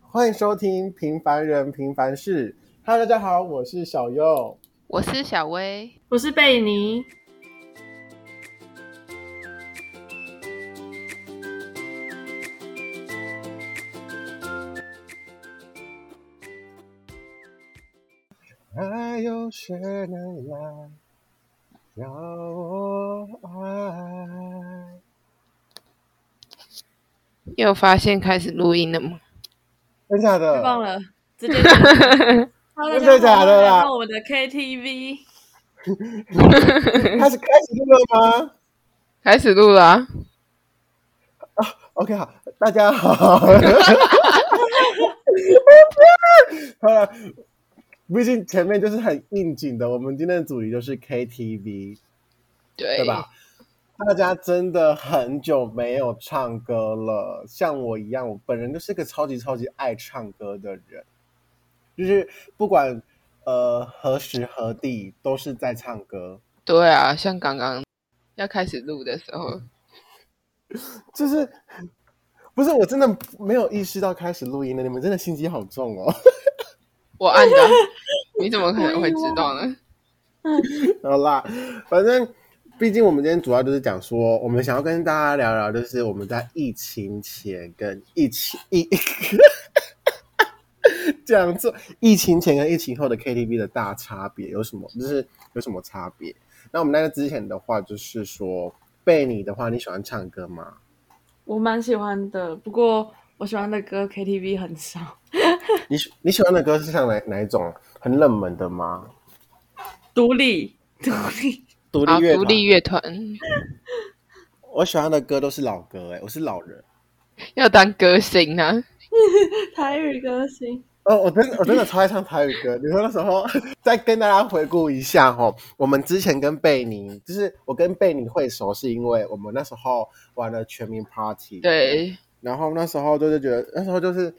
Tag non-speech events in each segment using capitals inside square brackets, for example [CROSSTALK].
欢迎收听《平凡人平凡事》。Hello，大家好，我是小优。我是小薇，我是贝尼。还有谁能来让我爱？又发现开始录音了吗？ [LAUGHS] 真假太棒的？了，直接 [LAUGHS] 讲。Hello，真的大家假的啦好，欢迎来到我们的 KTV。开始开始录了吗开始录了啊、 ？OK，好，大家好。 [LAUGHS] 好了，毕竟前面就是很应景的，我们今天的主题就是 KTV。对对吧？？大家真的很久没有唱歌了，像我一样，我本人就是个超级超级爱唱歌的人，就是不管呃何时何地都是在唱歌，对啊，像刚刚要开始录的时候，就是不是我真的没有意识到开始录音了，你们真的心机好重哦。我按的 [LAUGHS] 啊，你怎么可能会知道呢？ [LAUGHS] 好啦，反正毕竟我们今天主要就是讲说，我们想要跟大家聊聊，就是我们在疫情前跟疫情疫 [LAUGHS] 讲错，疫情前跟疫情后的 KTV 的大差别有什么，就是有什么差别？那我们在那之前的话，就是说贝你的话，你喜欢唱歌吗？我蛮喜欢的，不过我喜欢的歌 KTV 很少。你喜你喜欢的歌是像哪哪一种？很冷门的吗？独立，独立，独立好，乐啊独团立，乐团我喜欢的歌都是老歌、欸，我是老人。要当歌星啊，台语歌星。 [LAUGHS] 哦，我真的我真的超爱唱台语歌。你说那时候 [LAUGHS] 再跟大家回顾一下哦，我们之前跟贝宁，就是我跟贝宁会熟，是因为我们那时候玩了全民 Party。。对，然后那时候就是觉得，那时候就是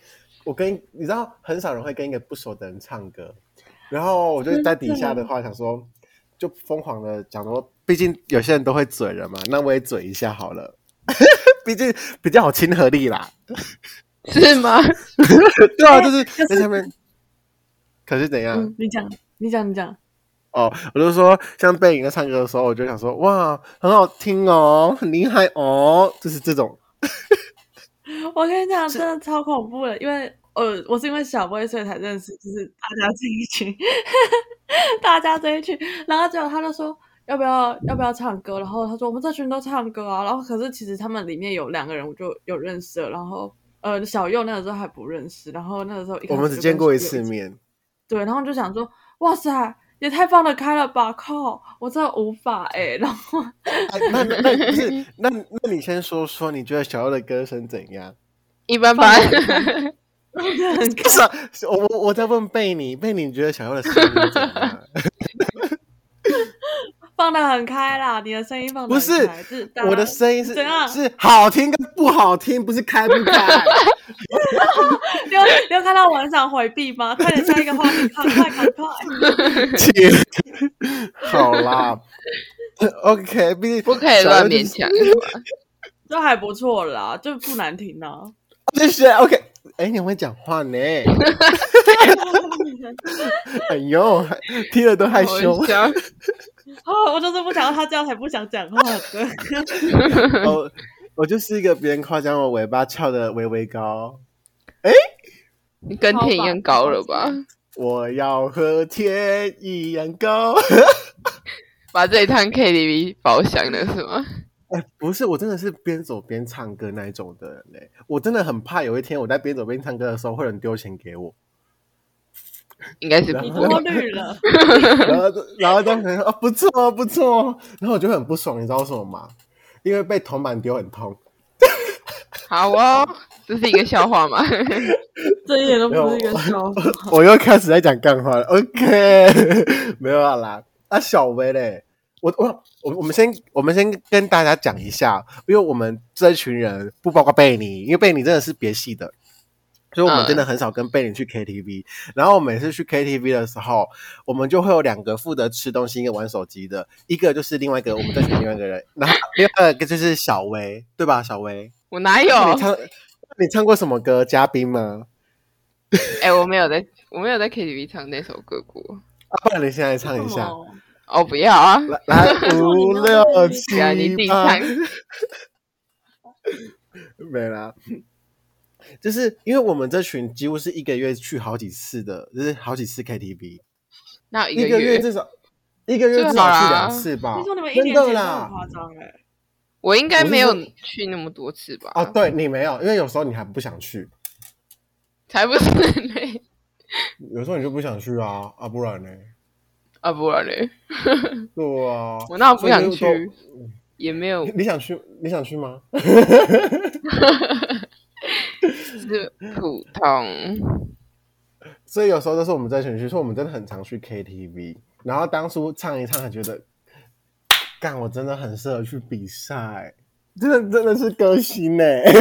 我跟你知道，很少人会跟一个不熟的人唱歌。然后我就在底下的话想说，就疯狂的讲说，毕竟有些人都会嘴了嘛，那我也嘴一下好了， [LAUGHS] 毕竟比较好亲和力啦。是吗？对啊，就是在下面。可是怎样？嗯，你讲，你讲，你讲。哦，我就说像贝影在唱歌的时候，我就想说哇，很好听哦，很厉害哦，就是这种。 [LAUGHS] 我跟你讲，真的超恐怖的，因为呃，我是因为小薇所以才认识，就是大家这一群， [LAUGHS] 大家这一群，然后结果他就说要不要要不要唱歌，然后他说我们这群都唱歌啊，然后可是其实他们里面有两个人我就有认识了，然后呃小右那个时候还不认识，然后那个时候一开我们只始就见跟过一小右次起，面，对，然后就想说哇塞。也太放得开了吧！靠，我真的无法哎、 [LAUGHS] 然后哎，那那那不是那那你先说说，你觉得小右的歌声怎样？一般般，很不是啊、我我我在问贝尼，贝尼你觉得小右的声音怎样？ [LAUGHS] 放得很开啦，你的声音放得不是很开是大我的家声音是怎样是好听跟不好听，不是开不 [LAUGHS] 开。 [LAUGHS] 你有你有看到我很想回避吗？快点下一个话题，快快 [LAUGHS] 快快！切，好啦 [LAUGHS] ，OK，毕竟不可以小乱右就勉是强。这还不错啦，就不难听啊呐、这是 OK。哎、你很会讲话 [LAUGHS] 呢？哎呦，听了都害羞。好笑哦，我就是不想要他这样，才不想讲话 [LAUGHS] 的。我我就是一个别人夸奖我尾巴翘的微微高，你跟天一样高了吧？我要和天一样高。把这一趟 KTV 包厢了是吗？哎，不是，我真的是边走边唱歌那一种的人嘞、我真的很怕有一天我在边走边唱歌的时候，会有人丢钱给我，应该是不你会多吧。虑了，然后然后当时说啊不错哦不错哦，然后我就很不爽，你知道为什么吗？因为被铜板丢很痛。好哦，这是一个笑话嘛？这一点都不是一个笑话。 [LAUGHS] 我又开始在讲干话了。OK，没 [LAUGHS] 有啊啦。啊，小薇嘞，我我我我们先我们先跟大家讲一下，因为我们这群人不包括贝尼，因为贝尼真的是别系的，所以我们嗯真的很少跟贝尼去 KTV。然后我每次去 KTV 的时候，我们就会有两个负责吃东西、一个玩手机的，一个就是另外一个我们这群另外一个人，然后另外一个就是小薇，对吧？小薇， [LAUGHS] 我哪那你有？唱你唱过什么歌？嘉宾吗？ [LAUGHS] 哎、我没有在，我没有在 KTV 唱那首歌过。啊，不然你现在唱一为什下，么哦，不要啊！来来五六七对啊，你自己八唱，。 [LAUGHS] 没啦。就是因为我们这群几乎是一个月去好几次的，就是好几次 KTV，那一一个个月，至少一个月最至少好去啦两次吧听说你们。一啊真年的结束很啦，夸张哎，我应该我是没有说去那么多次吧？啊，，对你没有，因为有时候你还不想去， [LAUGHS] 才不是嘞！有时候你就不想去啊啊，不然呢？ [LAUGHS] 啊，不然嘞，对啊，我那不想所以去，也没有就都。你想去？你想去吗？就是普通。所以有时候都是我们这群去，说我们真的很常去 KTV，然后当初唱一唱，还觉得，干我真的很适合去比赛，真的真的是歌星欸呢、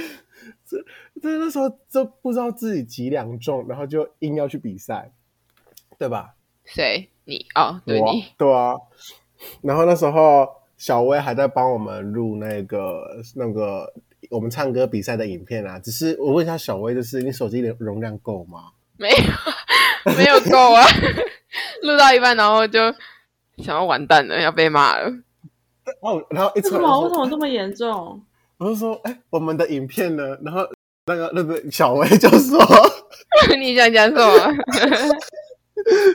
[LAUGHS] 这这那时候就不知道自己几两重，然后就硬要去比赛，对吧？谁？你哦，对我你，对啊。然后那时候小薇还在帮我们录那个那个我们唱歌比赛的影片啊，只是我问一下小薇，就是你手机的容量够吗？没有 [LAUGHS] 没有够啊！录到一半，然后就想要完蛋了，要被骂了。 [LAUGHS] 哦，然后一为出来什么我为什就说，么这么严重？我就说，哎，我们的影片呢？然后那个那个小薇就说， [LAUGHS] 你想讲什么？ [LAUGHS]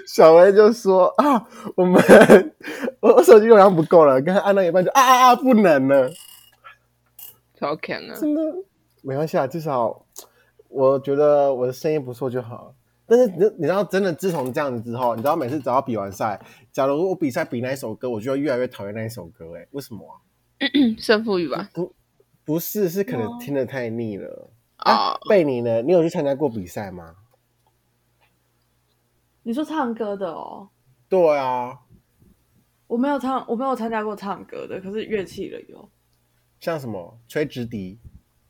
小薇就说啊，我们我我手机容量不够了，刚才按到一半就啊啊啊，不能了，超强啊！真的没关系啊，至少我觉得我的声音不错就好。但是你你知道，真的自从这样子之后，你知道每次只要比完赛，假如我比赛比那一首歌，我就会越来越讨厌那一首歌、哎，为什么啊？嗯胜负欲吧。不是，是可哦能听得太腻了。啊哦，，贝尼呢？你有去参加过比赛吗？你说唱歌的哦，对啊，我没有唱，我没有参加过唱歌的，可是乐器的有像什么吹直笛、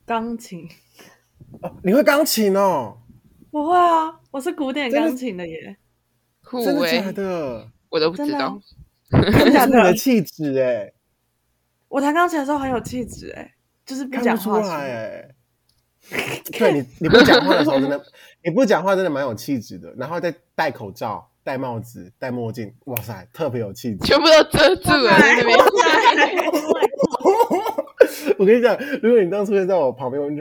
钢琴。哦，你会钢琴哦？我会啊，我是古典真的钢琴的耶，酷真的欸假的？我都不知真的啊道。真的啊假 [LAUGHS] 这是你的的？气质哎，我弹钢琴的时候很有气质哎，就是不看讲不出话来哎。对 [LAUGHS] 你，你不讲话的时候真的， [LAUGHS] 你不讲话真的蛮有气质的。然后再戴口罩、戴帽子、戴墨镜，哇塞，特别有气质。 [LAUGHS] 全部都遮住了，在那边 [LAUGHS] 我跟你讲，如果你当初现在我旁边，我就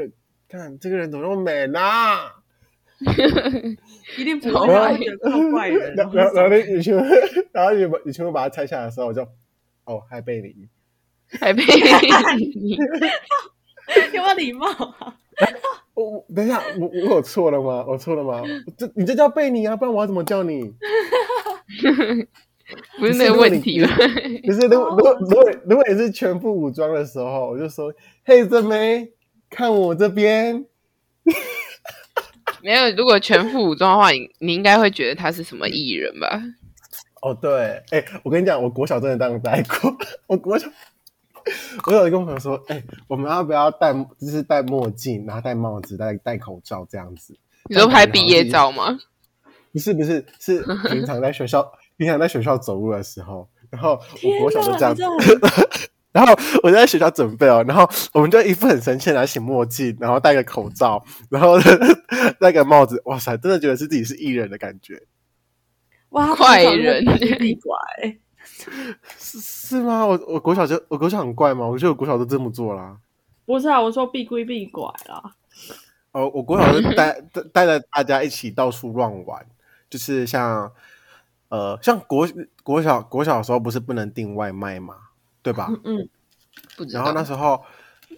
看这个人怎么那么美啦、 [LAUGHS] 一定不好会，他会觉得靠怪人。然后然后你全部，然后你把你全部把它拆下来的时候，我就哦，嗨贝尼，[LAUGHS] 还被有没有礼貌啊？我哦我等一下，我我有错了吗？我错了吗？这你这叫贝尼啊，不然我要怎么叫你？不是那个问题吧？可是如果如果如果如果你是全副武装的时候，我就说嘿，这妹，看我这边， [LAUGHS] 没有，如果全副武装的话，你你应该会觉得他是什么艺人吧？哦，对，哎、我跟你讲，我国小真的当代过，我国小，我有一个朋友说，哎、我们要不要戴，就是戴墨镜，然后戴帽子，戴戴口罩这样子？你说拍毕业照吗？不是不是，是平常在学校， [LAUGHS] 平常在学校走路的时候，然后我天国小就这哪，样你子 [LAUGHS] 这，很然后我就在学校准备哦，然后我们就一副很神气，拿起墨镜，然后戴个口罩，然后 [LAUGHS] 戴个帽子，哇塞，真的觉得是自己是艺人的感觉， [LAUGHS] 哇，怪人欸地拐。是是吗？我我国小就我国小很怪吗？我觉得我国小都这么做啦。 [LAUGHS] 不是啊，我说避归避拐啦。哦，我国小就带 [LAUGHS] 带带着大家一起到处乱玩，就是像呃，像国国小国小的时候不是不能订外卖嘛，对吧？嗯嗯，不知然后那道。时候，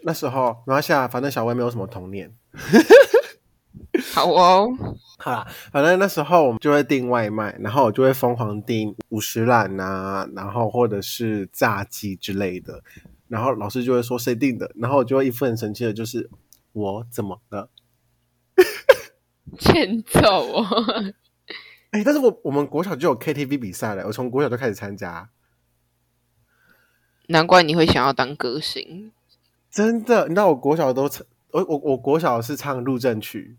那时候，然后下来，反正小薇没有什么童年。好哦， [LAUGHS] 好啦，反正那时候我们就会订外卖，然后我就会疯狂订五十兰啊，然后或者是炸鸡之类的，然后老师就会说谁订的，然后我就会一副很生气的，就是我怎么了？欠揍哦！ [LAUGHS] 哎，但是我我们国小就有 KTV 比赛了，我从国小就开始参加，难怪你会想要当歌星，真的，你知道我国小都唱，我我我国小是唱入阵曲，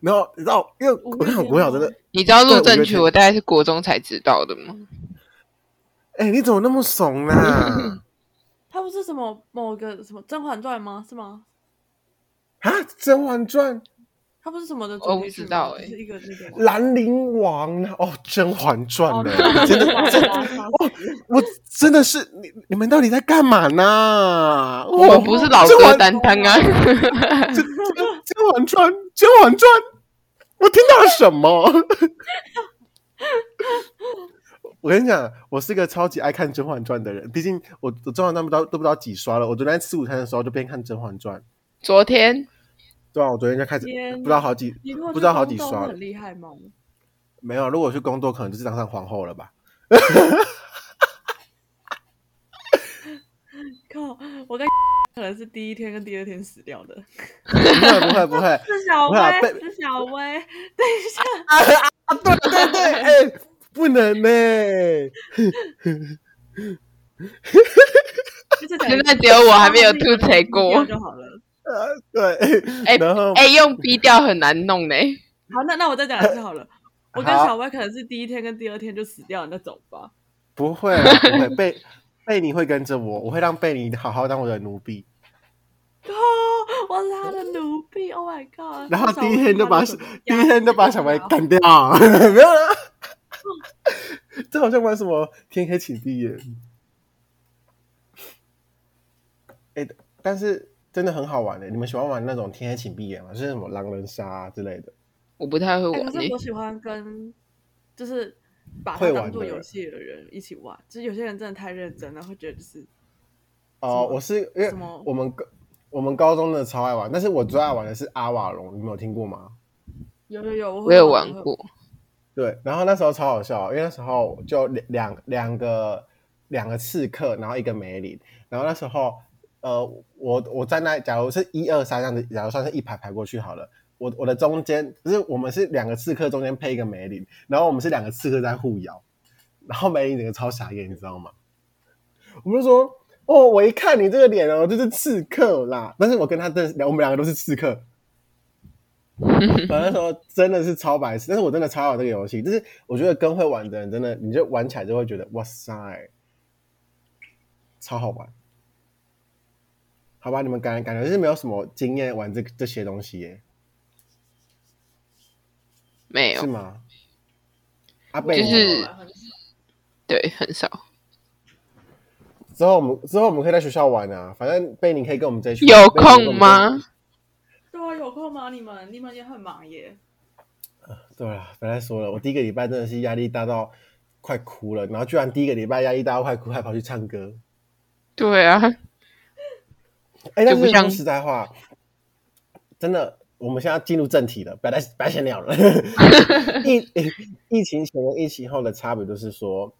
然后你知道，因为我看我国小真的，你知道入阵对我曲，觉得我大概是国中才知道的吗？哎，你怎么那么怂啊啦？他不是什么某个什么《甄嬛传》吗？是吗？啊，《甄嬛传》它不是什么的主哦题我曲知吗道就欸是一个那个兰陵王啊哦，《甄嬛传》哦啊呢？对 [LAUGHS] 真的，哇真 [LAUGHS] 哇哇我真的是你你们到底在干嘛呢？我哦们不是老甄歌嬛担当啊，甄甄甄嬛传，甄嬛传，我听到了什么？ [LAUGHS] 我跟你讲，我是一个超级爱看《甄嬛传》的人，毕竟我我《甄嬛传》不知道都不知道几刷了。我昨天吃午餐的时候就边看《甄嬛传》， [LAUGHS] 昨天对啊，我昨天就开始天哪不知道好几你如果不知道去好宫几斗刷会了很厉害吗？没有。如果去工作，可能就是当上皇后了吧？ [LAUGHS] 靠，我跟 [LAUGHS] 可能是第一天跟第二天死掉的。不会不会不会，是小不会啊被薇，是小薇。等一下，对对，哎、不能呢、就是现在只有我还没有吐槽过就好了。呃，对，哎然后、哎、用低调很难弄呢、好，那那我再讲一次好 [LAUGHS] 了。我跟好小薇可能是第一天跟第二天就死掉了，那走吧。 [LAUGHS] 不会啊不会，贝贝尼会跟着我，我会让贝尼好好当我的奴婢。靠，哦我是他的奴婢，Oh my god！然后小第薇一天就把她小怎么样第一天就把小白然后干掉， [LAUGHS] 没有啦。这好像玩什么天黑请闭眼。哎、但是真的很好玩欸的、你们喜欢玩那种天黑请闭眼吗？就是什么狼人杀、啊、之类的？我不太会哎玩可呢、是我喜欢跟就是把它会玩当做的游戏的人一起玩，就是有些人真的太认真了，会觉得就是哦、什么我是因为什么我们高我们高中的超爱玩，但是我最爱玩的是阿瓦隆，你们有听过吗？有有有，我我会有玩玩我会过，对，然后那时候超好笑，因为那时候就两两两个两个刺客，然后一个梅林，然后那时候呃，我我站在假如是一二三这样子，假如算是一排排过去好了，我我的中间就是我们是两个刺客中间配一个梅林，然后我们是两个刺客在互咬，然后梅林整个超傻眼，你知道吗？我们就说哦，我一看你这个脸哦，就是刺客啦，但是我跟他真的是，我们两个都是刺客， [LAUGHS] 反正那时候真的是超白痴，但是我真的超好这个游戏，就是我觉得跟会玩的人真的，你就玩起来就会觉得哇塞，超好玩。好吧，你们感感觉是没有什么经验玩这这些东西耶，没有是，吗？阿贝就呢，是对很少。之后我们之后我们可以在学校玩啊，反正贝宁可以跟我们这一群有贝宁可以跟我空们吗？对啊，有空吗？你们你们也很忙耶。对啦，本来说了，我第一个礼拜真的是压力大到快哭了，然后居然第一个礼拜压力大到快哭，还跑去唱歌。对啊，哎、就但不是说像实在话，真的，我们现在进入正题了，不要再不要闲 [LAUGHS] 聊了。 [LAUGHS] 疫疫情前跟疫情后的差别就是说，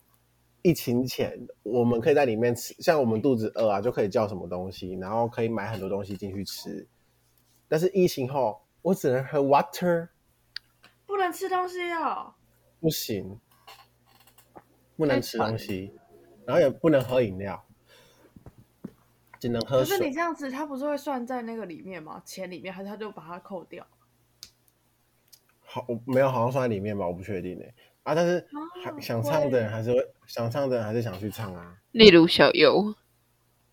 疫情前我们可以在里面吃，像我们肚子饿啊，就可以叫什么东西，然后可以买很多东西进去吃。但是疫情后，我只能喝 water，不能吃东西哦。不行，不能太吃惨东了西，然后也不能喝饮料，只能喝可是水你。这样子，他不是会算在那个里面吗？钱里面，还是他就把它扣掉？好，我没有好像算在里面吧，我不确定哎、啊，但是还、啊想唱的会人还是会想唱的人还是想去唱啊。例如小优，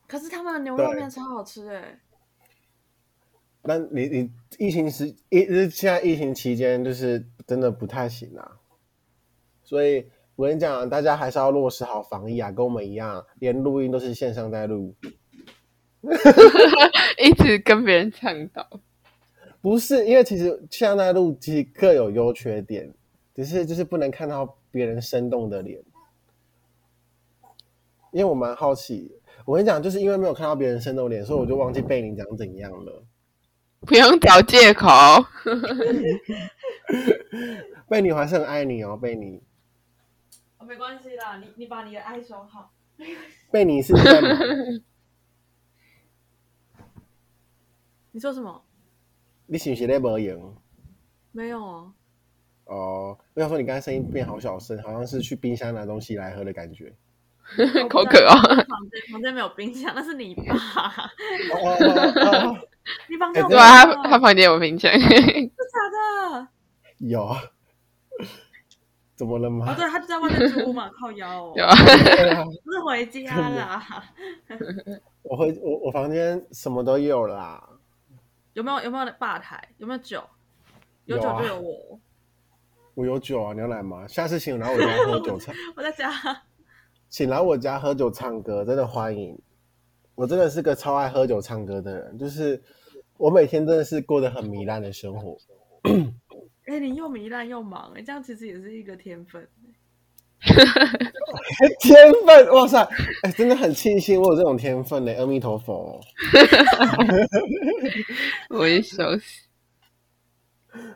可是他们的牛肉对面超好吃哎。那你你疫情时疫就是现在疫情期间就是真的不太行啊，所以我跟你讲，啊大家还是要落实好防疫啊，跟我们一样，连录音都是线上在录，一直跟别人倡导，不是因为其实线上在录其实各有优缺点，只是就是不能看到别人生动的脸。因为我蛮好奇，我跟你讲，就是因为没有看到别人生动脸，所以我就忘记贝林长怎样了。不用找借口。贝尼我还是很爱你哦，贝尼，哦没关系啦，你你把你的爱收好。贝尼是在忙你说什么？你是不是在无闲？没有 [LAUGHS] 啊。哦，我想说你刚才声音变好小声，好像是去冰箱拿东西来喝的感觉。口渴哦房间房间没有冰箱，那是你吧？哦哦哦哦哦， [LAUGHS] 你房间有哎对冰啊啊，箱他他房间有冰箱， [LAUGHS] 真的假的？有， [LAUGHS] 怎么了哦，吗？对，他就在外面租屋嘛，靠腰哦 [LAUGHS] 有，啊， [LAUGHS] 对啊不是回家啦。我会我我房间什么都有啦。有没有有没有吧台？有没有酒？有有酒啊就有我， [LAUGHS] 我有酒啊，你要来吗？下次请来我家喝酒唱，我在家。 [LAUGHS] 请来我家喝酒唱歌，真的欢迎。我真的是个超爱喝酒唱歌的人，就是我每天真的是过得很糜烂的生活。 [LAUGHS] 哎、你又糜烂又忙、哎，这样其实也是一个天分。天分，哇塞，哎、真的很庆幸我有这种天分呢、阿弥陀佛。我也笑死。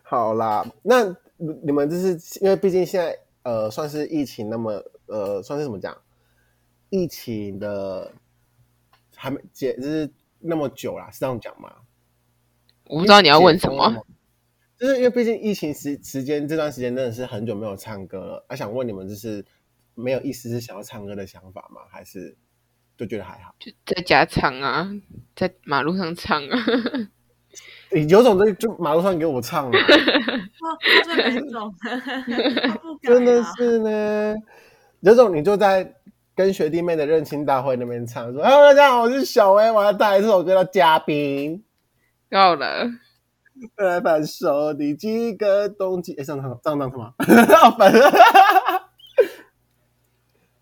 好啦，那你你们就是因为毕竟现在呃算是疫情那么呃算是怎么讲，疫情的还没解就是那么久啦，是这样讲吗？我不知道你要问什解封了么吗，就是因为毕竟疫情时时间这段时间真的是很久没有唱歌了，啊，想问你们就是没有一丝是想要唱歌的想法吗？还是就觉得还好？就在家唱啊，在马路上唱啊， [LAUGHS] 有种就就马路上给我唱啊了，哇，这没种， [LAUGHS] 他不敢、啊，真的是呢。有种你就在跟学弟妹的认亲大会那边唱，说：“Hello，大家好，我是小薇，我要带来这首歌叫《嘉宾》，够了，来反手第几个冬季。”哎，上上上上什么？ [LAUGHS] 反正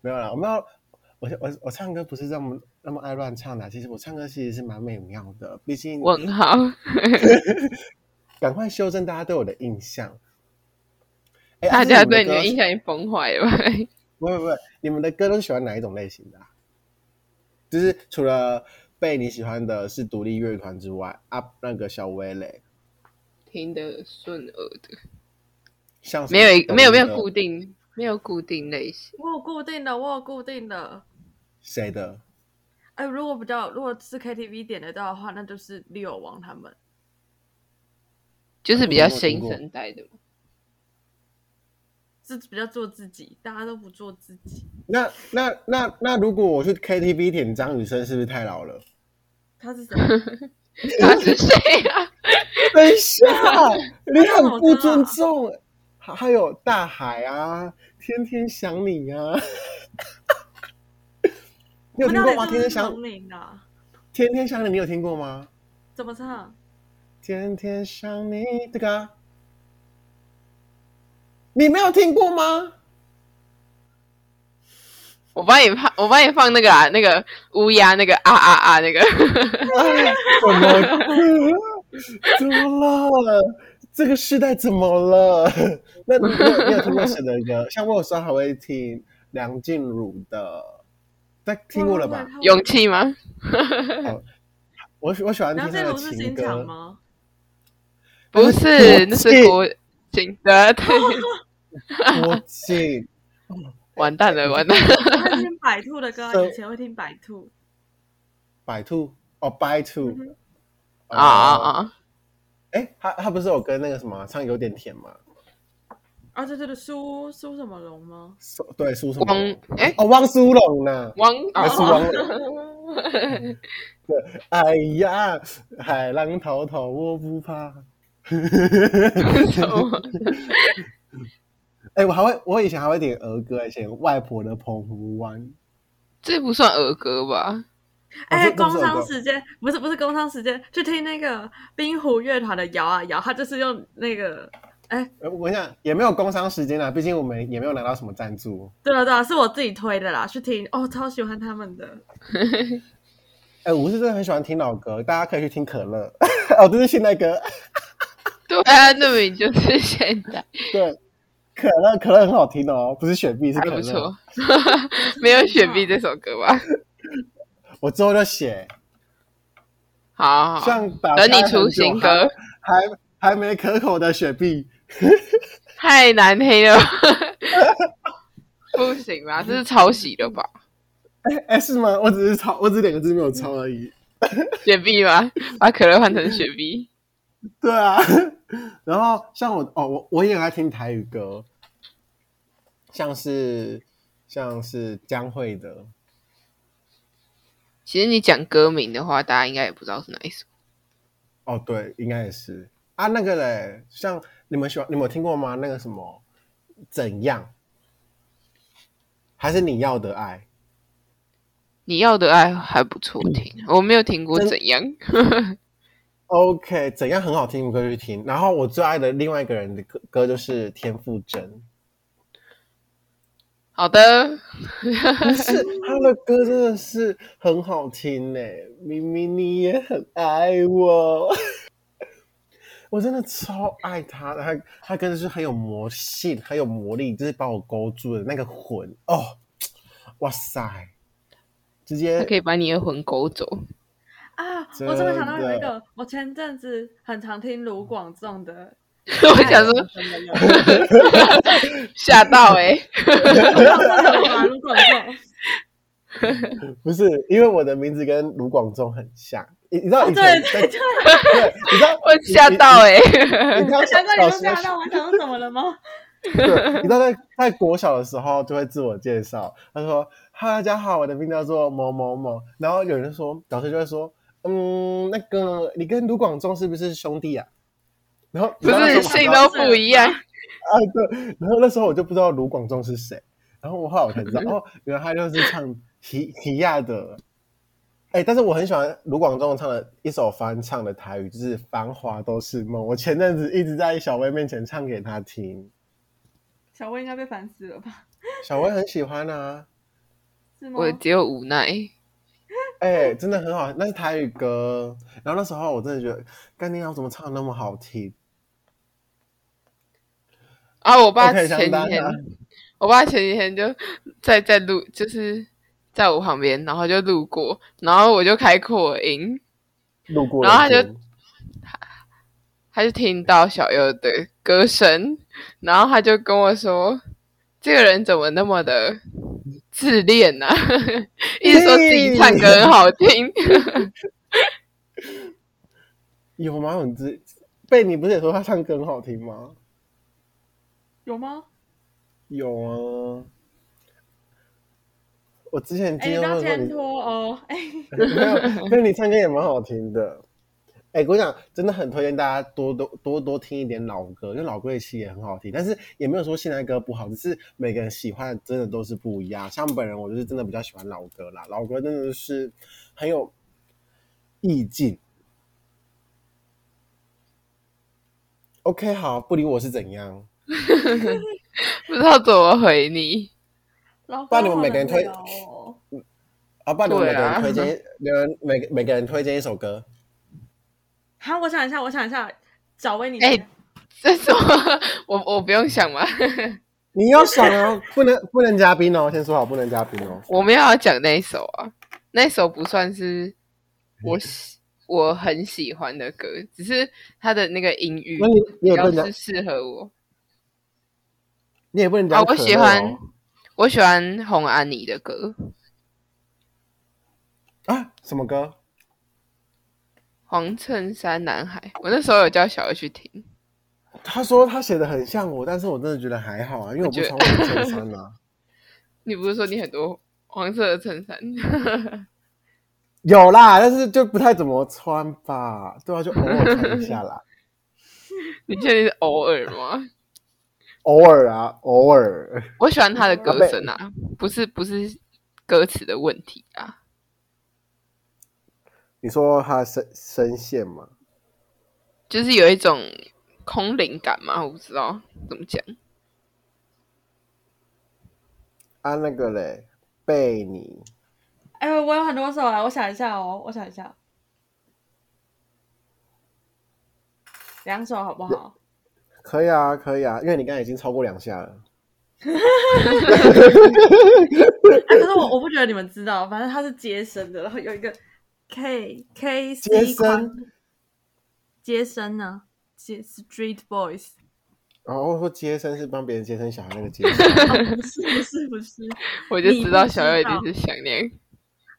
没有啦，我们要我我我唱歌不是这么那么爱乱唱的，其实我唱歌其实是蛮美妙的，毕竟问号，赶快修正大家对我的印象。哎大家对你的象。印象已经崩坏了吧？不会不会，你们的歌都喜欢哪一种类型的啊、就是除了被你喜欢的是独立乐团之外，啊，那个小威嘞，听得顺耳的，像是没有一没有没有抖固音的定，没有固定类型，我有固定的，我有固定的。谁的？哎、如果比较，如果是 KTV 点得到的话，那就是六王他们。就是比较我没有听新过生代的嘛。是比较做自己，大家都不做自己。那那那那，如果我去 KTV 点张雨生，是不是太老了？他是谁？他是谁啊？ [LAUGHS] 等一下，你很不什么尊歌啊重。欸还还有大海啊，天天想你啊。 [LAUGHS] [LAUGHS] 你有听过吗？天天想，你啊？天天想你，你有听过吗？怎么唱？天天想你，这个啊、你没有听过吗？我帮你放，我帮你放那个啊，那个乌鸦，那个啊啊啊，那个哎怎么了？怎么了？ [LAUGHS] 这个时代怎么了？那你有你有听过谁的歌？像我有时候还会听梁静茹的，大家听过了哦吧？勇气吗？我喜我喜欢听梁她静的茹是情新墙歌， [LAUGHS] 吗？不是，国那是际国警的，对，郭 [LAUGHS] 靖。完蛋了，完蛋了。我会听百兔的歌 [LAUGHS] 啊， So- 以前会听百兔。百兔哦，白兔嗯哼啊啊啊！啊！哎，他他不是有跟那个什么唱有点甜吗？啊，对对对，苏苏什么龙吗？苏对苏什么汪龙？哎，哦，汪苏泷呢？汪还是啊汪哎呀，海浪滔滔，我不 [LAUGHS] 怕。什么哎、我还会，我以前还会点儿歌，以前外婆的澎湖湾。 [LAUGHS] 这不算儿歌吧？哦哎、这这工不是儿商歌时间不是不是工商时间，去听那个冰湖乐团的摇啊摇，他就是用那个，呃我想也没有工商时间啦，啊毕竟我们也没有拿到什么赞助。对啊了对了，是我自己推的啦，去听哦，超喜欢他们的。哎、我是真的很喜欢听老歌，大家可以去听可乐。 [LAUGHS] 哦，这是现代歌，对啊，那么就是现 [LAUGHS] 在对，可乐可乐很好听哦，不是雪碧，是还可不乐。错，没有雪碧这首歌吧？我之后就写，好好好，像打等你开出很久新歌，还还还没可口的雪碧。太难听了， [LAUGHS] 不行吧？这是抄袭的吧？哎、哎是吗？我只是抄，我只是两个字没有抄而已。 [LAUGHS] 雪碧吗？把可乐换成雪碧，对啊，然后像我哦，我我也爱听台语歌，像是像是江蕙的，其实你讲歌名的话，大家应该也不知道是哪一首。哦对，应该也是啊那个嘞，像你们喜欢你们有听过吗？那个什么怎样，还是你要的爱？你要的爱还不错听，我没有听过嗯真怎样。 OK，怎样很好听，我可以去听。然后我最爱的另外一个人的歌歌就是田馥甄，好呃的，不是他的歌真的是很好听呢、明明你也很爱我， [LAUGHS] 我真的超爱他，他他真的是很有魔性，很有魔力，就是把我勾住的那个魂哦，哇塞，直他接可以把你的魂勾走。 [LAUGHS] 啊！真我怎么想到有一的个？我前阵子很常听卢广仲的我爱想我说什么人，吓到哎、欸，我想说有吗卢广 [LAUGHS] 仲，不是因为我的名字跟卢广仲很像，你你知道哦以前对在、对对，对，你知道啊 [LAUGHS] 我吓到哎、你知道难怪你小会时候吓到，我想说怎么了吗？ [LAUGHS] 对，你知道在在国小的时候就会自我介绍，他说哈大家好，我的名字叫做某某某。”然后有人说，老师就会说：“嗯，那个你跟卢广仲是不是兄弟啊？”然后不是姓啊，都不一样，对。然后那时候我就不知道卢广仲是谁，然后我后来我才知道，哦，原来他就是唱提提亚的。哎、但是我很喜欢卢广仲唱的一首翻唱的台语，就是《繁华都是梦》。我前阵子一直在小薇面前唱给她听，小薇应该被烦死了吧？小薇很喜欢啊。是吗？我只有无奈。哎、真的很好，那是台语歌。然后那时候我真的觉得，干爹要怎么唱得那么好听？啊，我 OK，爸啊前几想当天然，我爸前几天就在在路，就是在我旁边，然后就路过，然后我就开扩音，路过然后他人就间他就听到小优的歌声，然后他就跟我说：“这个人怎么那么的自恋呢、啊？ [LAUGHS] 一直说自己唱歌很好听。 [LAUGHS] 有吗？你知贝，你不是也说他唱歌很好听吗？有吗？有啊。我之前哎，听你到当说前你，托哦，哎， [LAUGHS] 没有，但是你唱歌也蛮好听的。哎、我想真的很推荐大家多多多多听一点老歌，因为老歌其实也很好听，但是也没有说现代歌不好，只是每个人喜欢的真的都是不一样。像本人，我就是真的比较喜欢老歌啦，老歌真的是很有意境。OK，好，不理我是怎样？”不知道怎么回你，老不公然你们好每个人难推聊哦啊，不然你们每个对人啊推荐，每个人每个每个人推荐一首歌。好，我想一下，我想一下，小薇你哎这什么？我我不用想吗？你要想啊，不能不能嘉宾哦，先说好不能嘉宾哦。 [LAUGHS] 我们要讲那一首啊，那一首不算是我喜我很喜欢的歌，只是它的那个音域那你你比也不较能讲是，适合我。你也不能讲，啊可乐哦、我喜欢我喜欢红安妮的歌，啊，什么歌？黄衬衫男孩，我那时候有叫小 A 去听，他说他写的很像我，但是我真的觉得还好啊，因为我不觉得穿我的衬衫 [LAUGHS] 啊。你不是说你很多黄色的衬衫？有啦，但是就不太怎么穿吧，对啊，就偶尔穿一下啦，你确定是偶尔吗？偶尔啊，偶尔。我喜欢他的歌声啊，不是不是歌词的问题啊，你说他的声声线吗？就是有一种空灵感嘛，我不知道怎么讲。啊，那个嘞，贝尼，哎，我有很多首啊，我想一下哦，我想一下，两首好不好？可以啊，可以啊，因为你刚才已经超过两下了。哎，可是我我不觉得你们知道，反正它是接生的，然后有一个 K K 接 C 生接生呢，接 Street [LAUGHS] Boys，然后说接生是帮别人接生小孩那个接生， [LAUGHS] 哦不是不是不是，我就你知道不知小月一道定是想念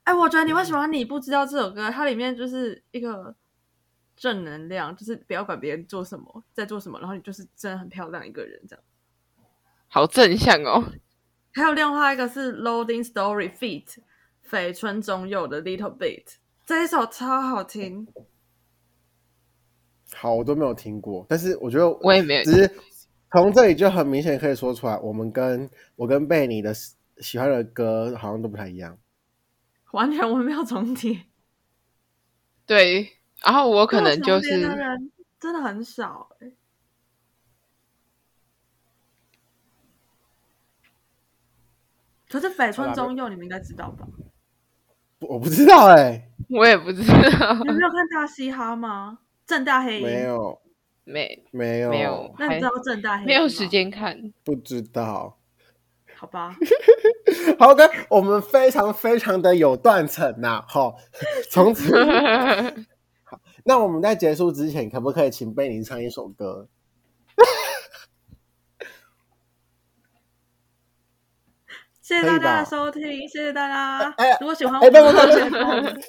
哎，我觉得你会喜欢你不知道这首歌，它里面就是一个正能量，就是不要管别人做什么，在做什么，然后你就是真的很漂亮一个人这样。好正向哦，还有另外一个是 Loading Story Feat 绯村中佑的 Little Bit，这一首超好听。好，我都没有听过，但是我觉得我也没有只是从这里就很明显可以说出来，我们跟我跟贝尼的喜喜欢的歌好像都不太一样。完全我们没有重叠。对，然后我可能就跟我同龄的是人真的很少、欸，可是绯村中佑，你们应该知道吧？不我不知道哎、我也不知道，你没有看《大嘻哈》吗？正大黑没鹰，有没 [LAUGHS] 没有没有，那你还知道正大黑鹰没有吗时？间看。 [LAUGHS] 不知道。好吧，好的，我们非常非常的有断层呐、好， [LAUGHS] 从此 [LAUGHS] 那我们在结束之前，可不可以请贝宁唱一首歌？谢谢大可以家吧的收听，谢谢大家。哎哎如果喜欢哎我不不们的不节目，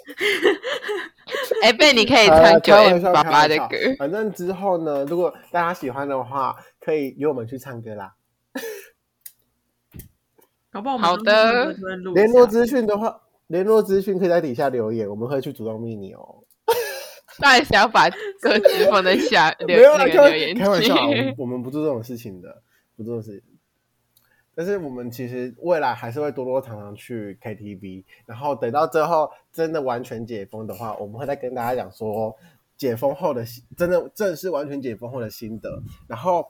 哎，贝，你可以呃唱九开玩 M 笑爸开爸玩的笑歌，反正之后呢，如果大家喜欢的话，可以约我们去唱歌啦。搞不好我好们的中间就会录一下联络资讯的话，联络资讯可以在底下留言，我们会去主动密你哦。到底谁 [LAUGHS] 要把歌词放在下没有留啦，那开个玩留言开玩笑啊，我区们？我们不做这种事情的，不做这种事情。但是我们其实未来还是会多多常常去 KTV，然后等到最后真的完全解封的话，我们会再跟大家讲说解封后的心真的正式完全解封后的心得。然后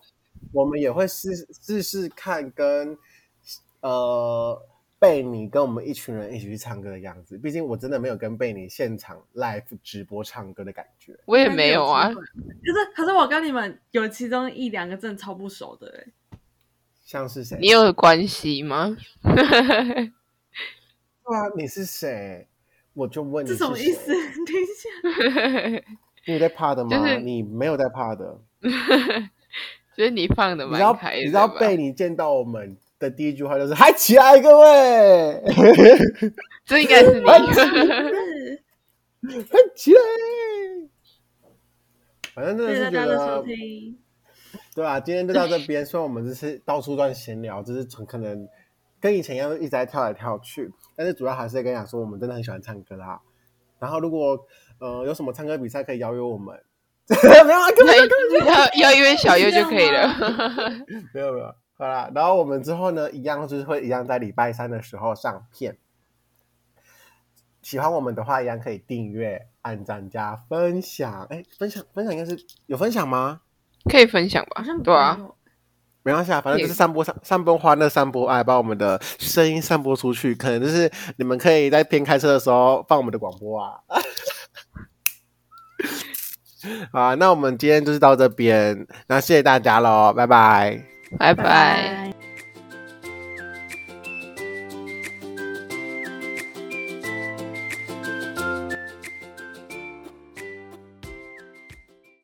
我们也会试试试看跟呃贝尼跟我们一群人一起去唱歌的样子。毕竟我真的没有跟贝尼现场 live 直播唱歌的感觉。 [LAUGHS] 我也没有啊但，是有机会可是可是我跟你们有其中一两个真的超不熟的、欸，像是谁？你有关系吗？ [LAUGHS] 对啊，你是谁？我就问你这是什么意思？ [LAUGHS] 谁？听一下。 [LAUGHS] 你有在怕的吗？就是你没有在怕的。所以你放的你知道蛮开，你的知道吧？贝你见到我们的第一句话就是“嗨起来，各位，这应 [LAUGHS] 该是你。是嗨起来！”反正真谢的是觉谢大家的收得，听，对啊，今天就到这边。虽然我们这是到处乱闲聊，就是很可能跟以前一样一直在跳来跳去，但是主要还是在跟你讲说，我们真的很喜欢唱歌啦。然后如果呃有什么唱歌比赛可以邀约我们， [LAUGHS] 没有啊，根本就 [LAUGHS] 要要约小优就可以 [LAUGHS] 了。没有没有，好啦，然后我们之后呢，一样就是会一样在礼拜三的时候上片。喜欢我们的话，一样可以订阅、按赞加分享。哎，分享分享应该是有分享吗？可以分享吧好像？对啊没，有没关系啊，反正就是也散播散散播欢乐、散播爱，把我们的声音散播出去。可能就是你们可以在边开车的时候放我们的广播啊。 [LAUGHS] 好啊，那我们今天就是到这边，那谢谢大家喽，拜拜。拜拜拜。拜。